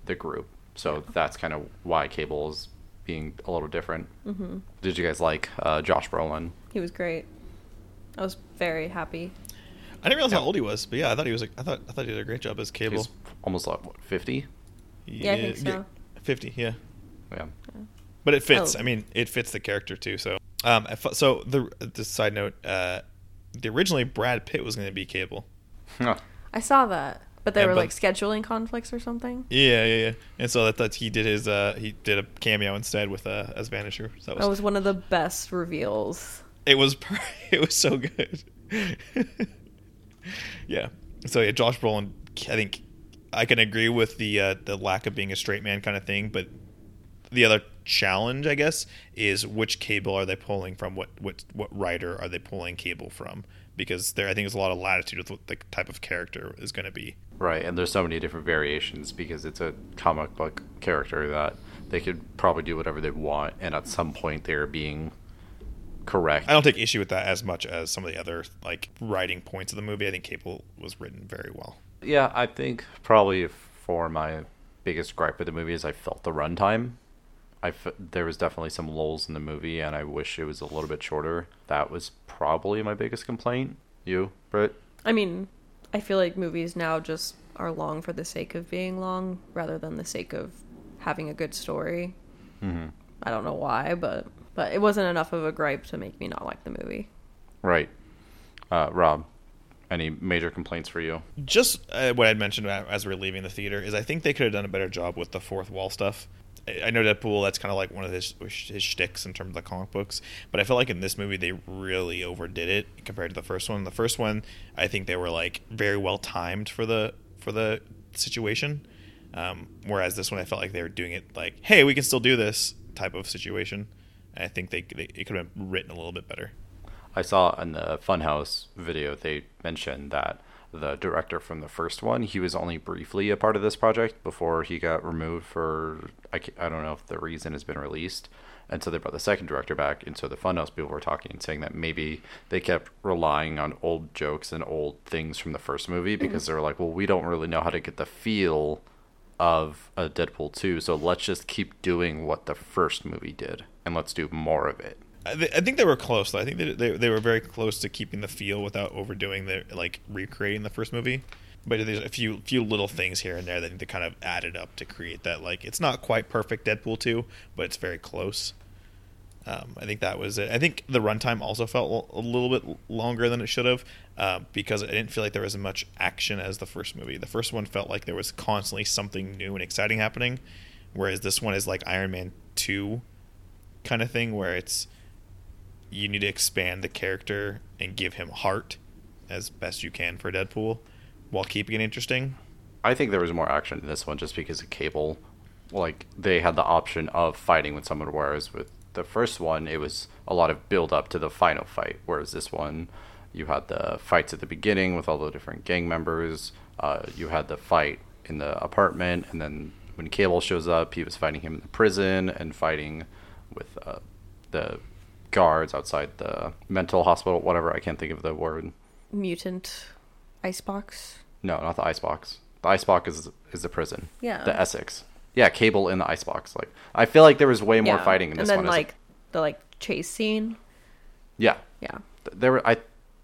the group. So that's kind of why Cable is being a little different. Mm-hmm. Did you guys like uh, Josh Brolin? He was great. I was very happy. I didn't realize Yeah. how old he was, but yeah, I thought he was. Like, I thought I thought he did a great job as Cable. He's almost like what, 50? Yeah, I think so. Fifty, yeah. Yeah. But it fits. Oh. I mean, it fits the character too. So, um, I fu- so the the side note, uh, the originally Brad Pitt was going to be Cable. Huh. I saw that, but there Yeah, were but- like scheduling conflicts or something. Yeah, yeah, yeah. And so that, that he did his uh he did a cameo instead with uh as Vanisher. So that was, That was one of the best reveals. it was per- it was so good. yeah. So yeah, Josh Brolin. I think I can agree with the uh, the lack of being a straight man kind of thing, but the other challenge, I guess, is which cable are they pulling from? What what what writer are they pulling cable from? Because there, I think there's a lot of latitude with what the type of character is going to be. Right. And there's so many different variations because it's a comic book character that they could probably do whatever they want. And at some point, they're being correct. I don't take issue with that as much as some of the other like writing points of the movie. I think Cable was written very well. Yeah, I think probably for my biggest gripe with the movie is I felt the runtime. I f- there was definitely some lulls in the movie, and I wish it was a little bit shorter. That was probably my biggest complaint. You, Britt? I mean, I feel like movies now just are long for the sake of being long rather than the sake of having a good story. Mm-hmm. I don't know why, but but it wasn't enough of a gripe to make me not like the movie. Right. Uh, Rob, any major complaints for you? Just uh, what I'd mentioned a- as we were leaving the theater is I think they could have done a better job with the fourth wall stuff. I I know Deadpool, that's kind of like one of his, his shticks in terms of the comic books, but I feel like in this movie they really overdid it compared to the first one. The first one, I think they were like very well timed for the for the situation, um, whereas this one I felt like they were doing it like, hey, we can still do this type of situation. And I think they, they it could have been written a little bit better. I saw in the Funhouse video they mentioned that the director from the first one he was only briefly a part of this project before he got removed for I, ca- I don't know if the reason has been released and so they brought the second director back and so the funhouse people were talking and saying that maybe they kept relying on old jokes and old things from the first movie because they were like well we don't really know how to get the feel of a deadpool 2 so let's just keep doing what the first movie did and let's do more of it I, th- I think they were close. Though. I think they, they they were very close to keeping the feel without overdoing the like recreating the first movie. But there's a few few little things here and there that I think they kind of added up to create that like it's not quite perfect Deadpool two, but it's very close. Um, I think that was it. I think the runtime also felt l- a little bit l- longer than it should have uh, because I didn't feel like there was as much action as the first movie. The first one felt like there was constantly something new and exciting happening, whereas this one is like Iron Man 2 kind of thing where it's you need to expand the character and give him heart as best you can for Deadpool while keeping it interesting. I think there was more action in this one just because of Cable. Like they had the option of fighting with someone, whereas with the first one it was a lot of build up to the final fight. Whereas this one, you had the fights at the beginning with all the different gang members. Uh, you had the fight in the apartment, and then when Cable shows up, he was fighting him in the prison and fighting with uh, the guards outside the mental hospital, whatever. I can't think of the word. Mutant icebox. No, not the icebox. The icebox is is the prison. Yeah. The Essex. Yeah, Cable in the icebox. Like I feel like there was way more Yeah. fighting in this And then one. as a- like the like chase scene. yeah, Yeah. Th- there were. I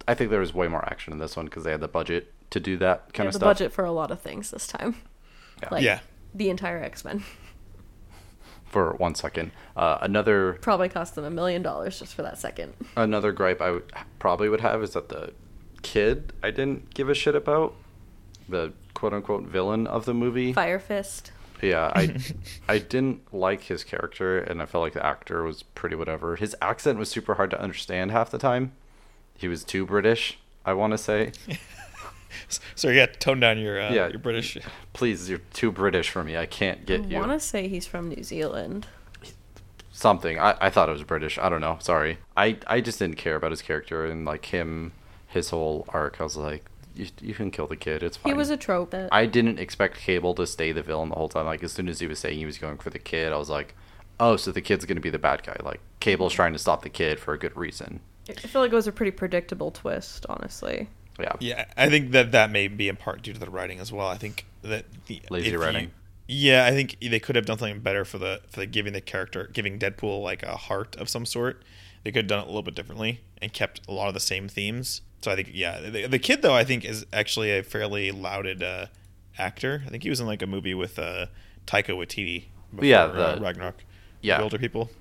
I think there was way more action in this one because they had the budget to do that kind yeah, of the stuff. budget for a lot of things this time. Yeah. Like Yeah. the entire X Men For one second, uh, another probably cost them a million dollars just for that second. another gripe I would, probably would have is that the kid I didn't give a shit about the quote unquote villain of the movie. Fire Fist. Yeah, I I didn't like his character, and I felt like the actor was pretty whatever. His accent was super hard to understand half the time. He was too British, I want to say. S- So you got to tone down your uh, Yeah. your British. Please, you're too British for me. I can't I get you want to say he's from New Zealand. something. I, I thought it was British. I don't know. Sorry. I I just didn't care about his character and like him, his whole arc. I was like, you, you can kill the kid. It's fine. He was a trope. That I didn't expect Cable to stay the villain the whole time. Like as soon as he was saying he was going for the kid, I was like, "Oh, so the kid's gonna be the bad guy." Like Cable's trying to stop the kid for a good reason. I feel like it was a pretty predictable twist, honestly. Yeah. Yeah, I think that that may be in part due to the writing as well. I think that the Lazy if you- writing. yeah, I think they could have done something better for the for the giving the character giving Deadpool like a heart of some sort. They could have done it a little bit differently and kept a lot of the same themes. So I think yeah, the, the kid though I think is actually a fairly lauded uh, actor. I think he was in like a movie with uh, Taika Waititi. Before, Yeah, uh, the- Ragnarok. yeah. the older people.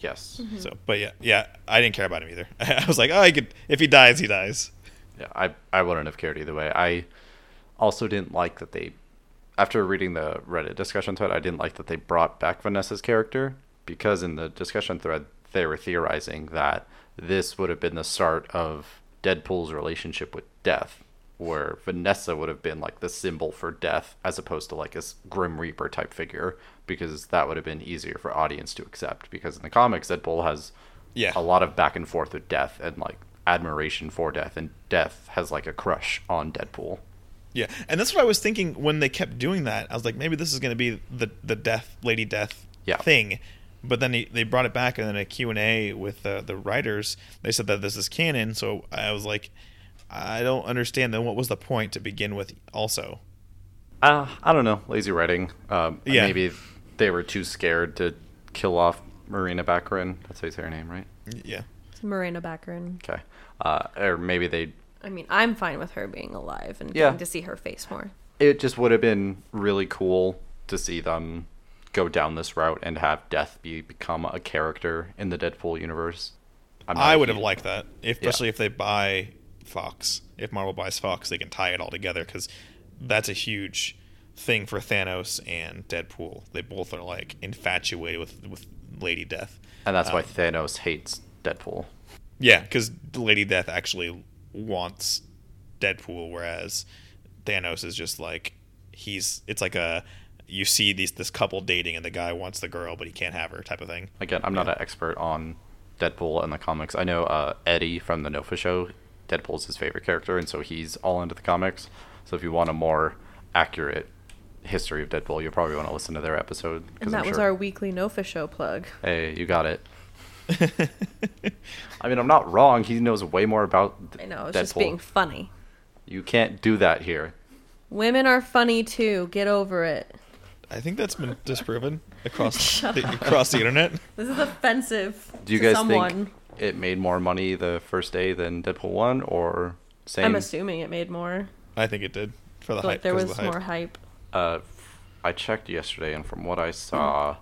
Yes. So, but yeah, yeah, I didn't care about him either. I was like, oh, he could if he dies, he dies. Yeah. I I wouldn't have cared either way. I also didn't like that they, after reading the Reddit discussion thread, I didn't like that they brought back Vanessa's character because in the discussion thread they were theorizing that this would have been the start of Deadpool's relationship with death, where Vanessa would have been like the symbol for death as opposed to like a s- Grim Reaper type figure because that would have been easier for audience to accept because in the comics Deadpool has Yeah. a lot of back and forth with death and like admiration for death and death has like a crush on Deadpool. Yeah, and that's what I was thinking when they kept doing that. I was like, maybe this is going to be the the death Lady Death Yeah. thing, but then they, they brought it back, and then a Q and A with uh, the writers, they said that this is canon. So I was like, I don't understand. Then what was the point to begin with? Also, Uh, I don't know. Lazy writing. Um, Yeah. Maybe they were too scared to kill off Marina Baccarin. That's how you say her name, right? yeah, It's Marina Baccarin. Okay. Uh, or maybe they. I mean, I'm fine with her being alive and Yeah. getting to see her face more. It just would have been really cool to see them go down this route and have Death be become a character in the Deadpool universe. I'm not I a would have huge- liked that, especially if they buy Fox. If Marvel buys Fox, they can tie it all together because that's a huge thing for Thanos and Deadpool. They both are like infatuated with with Lady Death. and that's why Thanos hates Deadpool. Yeah, because Lady Death actually wants Deadpool, whereas Thanos is just like he's. It's like a you see these this couple dating, and the guy wants the girl, but he can't have her type of thing. Again, I'm not an expert on Deadpool and the comics. I know uh, Eddie from the Nofa show, Deadpool's his favorite character, and so he's all into the comics. So if you want a more accurate history of Deadpool, you'll probably want to listen to their episode. 'cause And that I'm was sure- our weekly Nofa show plug. Hey, you got it. I mean, I'm not wrong. He knows way more about I th- know, it's Deadpool. just being funny. You can't do that here. Women are funny too. Get over it. I think that's been disproven across the, across the internet. This is offensive Do you to guys someone. think it made more money the first day than Deadpool 1 or same? I'm assuming it made more. I think it did for the But hype. there 'cause of was the hype. more hype. Uh, f- I checked yesterday, and from what I saw,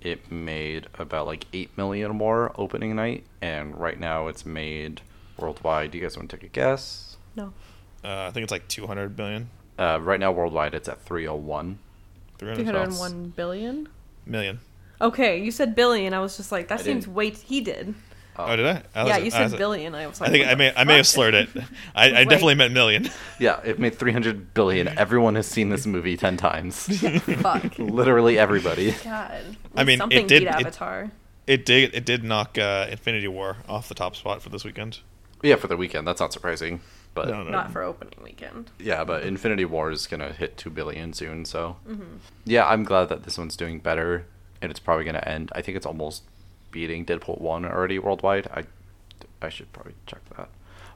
it made about like 8 million more opening night and right now it's made worldwide do you guys want to take a guess No. Uh, I think it's like 200 billion. uh, right now worldwide it's at 301 300 301 billion? million. Okay, you said billion. I was just like, that I seems didn't- way. T- he did. Oh, did I? I yeah, was- you I said was- billion. I was like, I think what I the may I may have fuck? slurred it. I, I Wait. definitely meant million. yeah it made 300 billion everyone has seen this movie 10 times Fuck. literally everybody God. At I least mean, it something did- beat it- Avatar. It did it did knock uh, Infinity War off the top spot for this weekend. yeah for the weekend that's not surprising but No, no. Not for opening weekend. yeah but infinity war is gonna hit 2 billion soon so Mm-hmm. yeah i'm glad that this one's doing better and it's probably gonna end i think it's almost beating deadpool 1 already worldwide i i should probably check that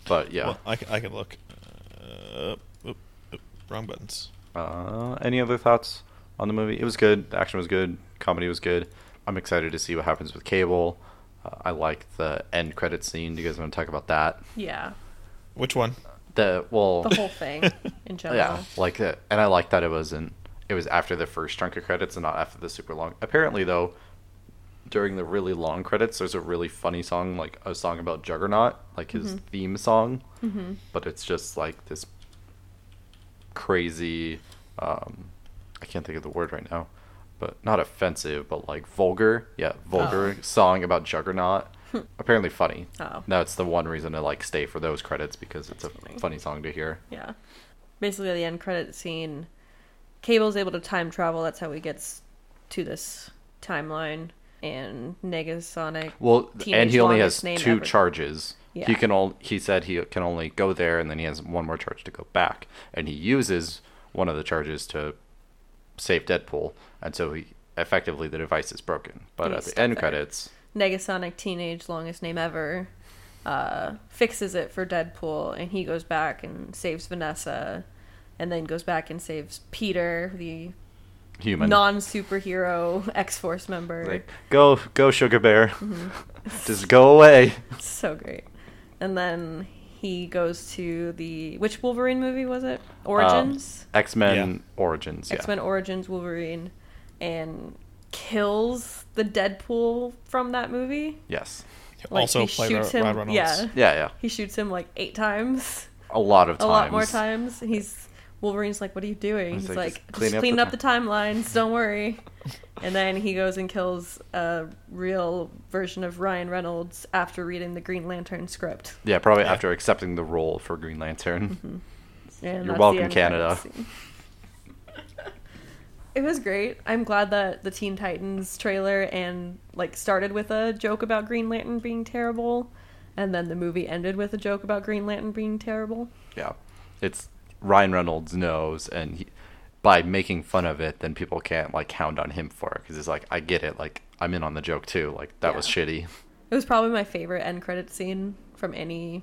but yeah Well, I, c- I can look. Uh, oop, oop, wrong buttons. uh, any other thoughts on the movie it was good the action was good comedy was good i'm excited to see what happens with cable uh, i like the end credit scene do you guys want to talk about that Yeah. Which one? the Oh. well The whole thing in general. Yeah, like that, and I like that it wasn't. It was after the first chunk of credits and not after the super long. Apparently, though, during the really long credits, there's a really funny song, like a song about Juggernaut, like his Mm-hmm. theme song. But it's just like this crazy. Um, I can't think of the word right now, but not offensive, but like vulgar. Yeah, vulgar song about Juggernaut. Apparently funny. Hmm. Oh. That's the one reason to like stay for those credits because it's a funny. funny song to hear. Yeah. Basically, the end credit scene, Cable's able to time travel. That's how he gets to this timeline. And Negasonic. Well, and teenage he only has longest name two ever. charges. Yeah. He can only he said he can only go there, and then he has one more charge to go back, and he uses one of the charges to save Deadpool, and so he effectively the device is broken. But And at he's the stuck end there. credits, Negasonic, teenage longest name ever, uh, fixes it for Deadpool, and he goes back and saves Vanessa, and then goes back and saves Peter, the human non superhero X Force member. like go go sugar bear, Mm-hmm. just go away. It's so great. And then he goes to the which Wolverine movie was it? Origins. X Men Yeah. Origins. Um, Yeah. X Men Origins Wolverine, and kills the Deadpool from that movie. Yes. Like, also he played shoots Rod him- Reynolds. yeah. Yeah, yeah. He shoots him like eight times. A lot of times. a lot more times. He's Wolverine's like, "What are you doing?" He's He's like, like, "Just "Just clean up the cleaning up ti- the timelines. Don't worry." and then he goes and kills a real version of Ryan Reynolds after reading the Green Lantern script. Yeah, probably Yeah. after accepting the role for Green Lantern. Mm-hmm. And You're that's the welcome, end Canada. credits scene. it was great. I'm glad that the Teen Titans trailer and like started with a joke about Green Lantern being terrible, and then the movie ended with a joke about Green Lantern being terrible. Yeah, it's Ryan Reynolds knows, and he, by making fun of it, then people can't like hound on him for it because he's like, I get it, like I'm in on the joke too. Like that was Yeah. shitty. It was probably my favorite end credit scene from any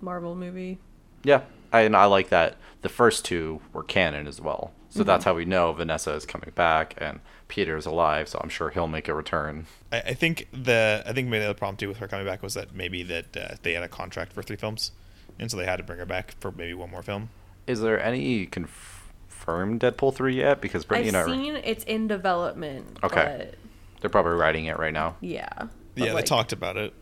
Marvel movie. Yeah, I, and I like that the first two were canon as well, so Mm-hmm. that's how we know Vanessa is coming back and Peter is alive. So I'm sure he'll make a return. I, I think the I think maybe the other problem too with her coming back was that maybe that uh, they had a contract for three films, and so they had to bring her back for maybe one more film. Is there any confirmed Deadpool three yet? Because Brittany I've and I, were- seen it's in development. Okay. But they're probably writing it right now. yeah. But, yeah, like, they talked about it.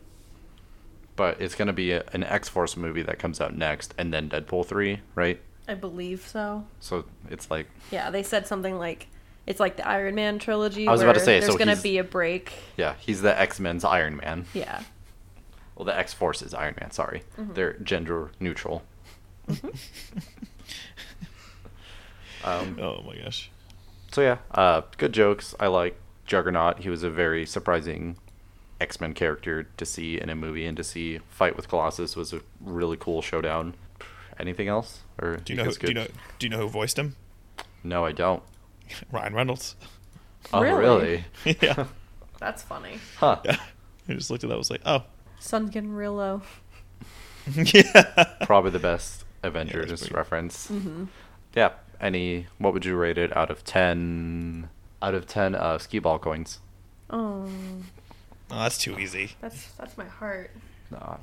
But it's gonna be a, an X Force movie that comes out next, and then Deadpool three, right? I believe so. So it's like Yeah, they said something like it's like the Iron Man trilogy. I was about to where say, there's so gonna he's- be a break. Yeah, he's the X Men's Iron Man. Yeah. Well, the X Force is Iron Man. Sorry, they're gender neutral. Mm-hmm. um, Oh my gosh. so yeah, uh, good jokes. I like Juggernaut. He was a very surprising X Men character to see in a movie, and to see fight with Colossus was a really cool showdown. Anything else? Or Do you know? Who, guys do you know? good? Do you know who voiced him? No, I don't. Ryan Reynolds. Oh, Really? really? yeah. That's funly. Huh. yeah. I just looked at that. and Was like, oh. Sunken real low. yeah. Probably the best Yeah, Avengers that's pretty- reference. Mm-hmm. Yeah. Any? What would you rate it out of ten? Out of ten, uh, skee ball coins. Oh Oh, that's too easy. that's that's my heart. Nah,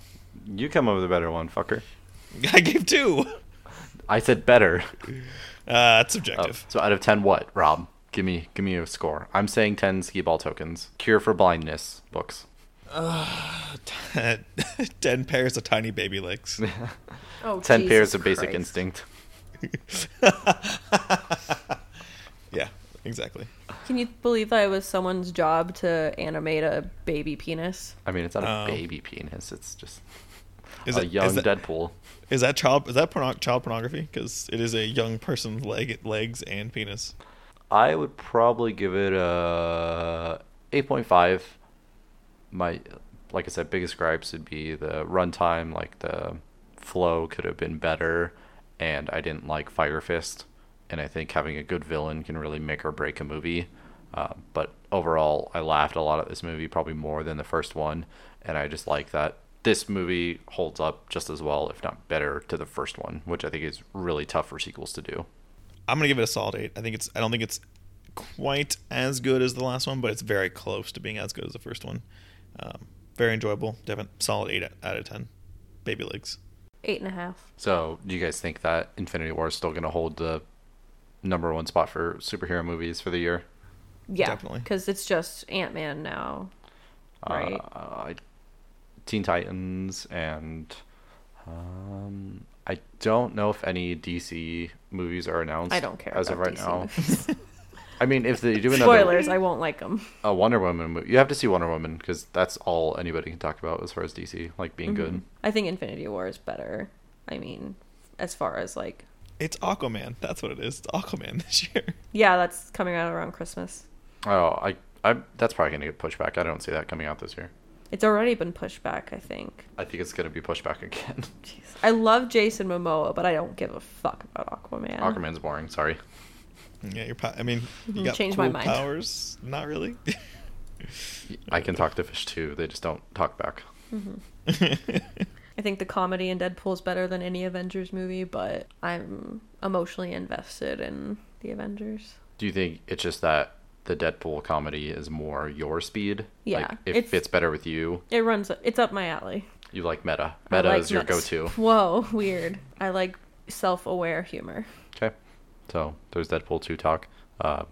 you come up with a better one, fucker. I gave two. I said better. Uh, it's Oh, subjective. so out of ten, what, Rob? Give me give me a score. I'm saying ten skee ball tokens. Cure for blindness books. Oh. Ten pairs of tiny baby legs. Oh, Ten Jesus pairs of basic Christ. instinct. yeah, exactly. Can you believe that it was someone's job to animate a baby penis? I mean, it's not a Oh. baby penis. It's just Is a it- is young that- Deadpool. Is that child? Is that porno- child pornography? Because it is a young person's leg, legs and penis. I would probably give it a 8.5. My, like I said, biggest gripes would be the runtime, like the flow could have been better, and I didn't like Fire Fist, and I think having a good villain can really make or break a movie. Uh, but overall, I laughed a lot at this movie, probably more than the first one, and I just like that this movie holds up just as well, if not better, to the first one, which I think is really tough for sequels to do. I'm gonna give it a solid eight. I think it's. I don't think it's quite as good as the last one, but it's very close to being as good as the first one. Um, very enjoyable. Definite solid eight out of ten. Baby legs. Eight and a half. So, do you guys think that Infinity War is still going to hold the number one spot for superhero movies for the year? Yeah, Definitely. Because it's just Ant Man now, right? Uh, Teen Titans, and um, I don't know if any DC movies are announced. I don't care as about of right DC now. movies. I mean, if they do another Spoilers, I won't like them. a Wonder Woman movie, you have to see Wonder Woman because that's all anybody can talk about as far as DC like being good. Mm-hmm. I think Infinity War is better. I mean, as far as like, It's Aquaman. That's what it is. It's Aquaman this year. yeah, that's coming out around Christmas. Oh, I, I that's probably going to get pushed back. I don't see that coming out this year. It's already been pushed back, I think. I think it's going to be pushed back again. Jeez. I love Jason Momoa, but I don't give a fuck about Aquaman. Aquaman's boring. Sorry. Yeah, your. Po- I mean, you Mhm, got changed cool my mind. powers. Not really. I can talk to fish too. They just don't talk back. Mm-hmm. I think the comedy in Deadpool is better than any Avengers movie, but I'm emotionally invested in the Avengers. Do you think it's just that the Deadpool comedy is more your speed? Yeah, Like, it it's- fits better with you. It runs. It's up my alley. You like meta. I Meta like is your nuts. go-to. Whoa, weird. I like self-aware humor. Okay. So there's Deadpool two talk. Uh,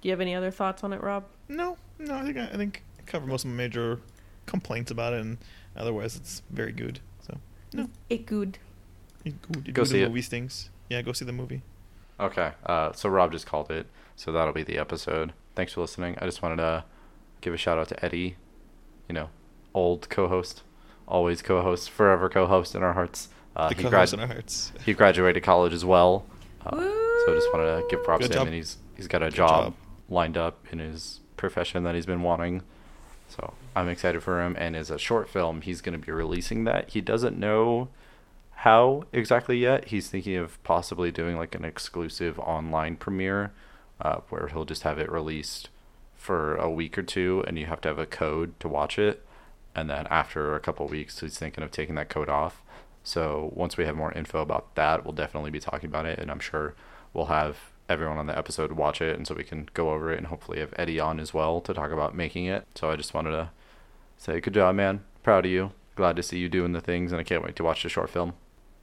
Do you have any other thoughts on it, Rob? no, no. I think I, I think I covered most of my major complaints about it, and otherwise it's very good. So no, It good. you go, you Go do see the it. movie stings. Yeah, go see the movie. okay. Uh, so Rob just called it. So that'll be the episode. Thanks for listening. I just wanted to give a shout out to Eddie. You know, old co-host, always co-host, forever co-host in our hearts. Uh, the he co-host grad- in our hearts. he graduated college as well. Uh, so I just wanted to give props Good to him, job. and he's he's got a Good job, job. lined up in his profession that he's been wanting. So I'm excited for him, and as a short film, he's going to be releasing that. He doesn't know how exactly yet. He's thinking of possibly doing like an exclusive online premiere, uh, where he'll just have it released for a week or two, and you have to have a code to watch it. And then after a couple weeks, he's thinking of taking that code off. So once we have more info about that, we'll definitely be talking about it, and I'm sure we'll have everyone on the episode watch it, and so we can go over it, and hopefully have Eddie on as well to talk about making it. So I just wanted to say good job, man. Proud of you. Glad to see you doing the things, and I can't wait to watch the short film.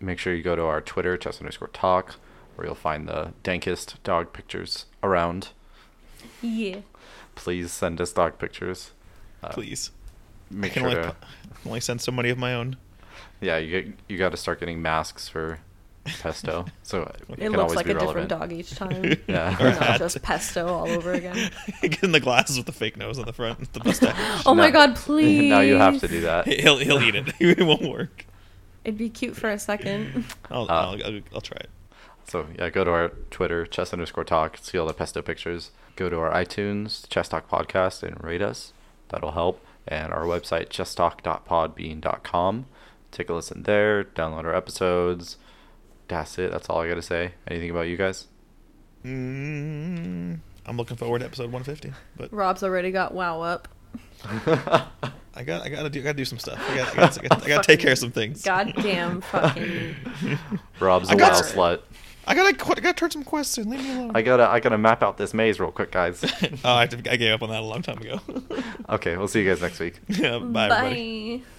Make sure you go to our Twitter, chess underscore talk, where you'll find the dankest dog pictures around. Yeah. Please send us dog pictures. Please. I uh, Make can sure only, to, pu- I can only send so many of my own. yeah, you get, you got to start getting masks for pesto, so it, It can looks always like be a relevant. different dog each time. Yeah. Or Not hat. just pesto all over again. Get in the glasses with the fake nose on the front. It's the best ever. Oh my No. god, please. now you have to do that. he'll he'll eat it. it won't work. It'd be cute for a second. I'll, Uh, I'll, I'll I'll try it. So yeah, go to our Twitter, chess underscore talk, see all the pesto pictures. Go to our iTunes, Chess Talk Podcast, and rate us. That'll help. And our website, chesstalk.podbean.com. Take a listen there, download our episodes. That's it. That's all I got to say. Anything about you guys? Mm, I'm looking forward to episode 150, but Rob's already got wow up. I got I gotta do I gotta do some stuff. I gotta I gotta, I gotta, I gotta take care of some things. Goddamn fucking. Rob's a I got- wild slut. I gotta qu- I gotta turn some quests in. Leave me alone. I gotta, I gotta map out this maze real quick, guys. oh, I, I gave up on that a long time ago. okay, we'll see you guys next week. yeah, Oh, bye. everybody. Bye.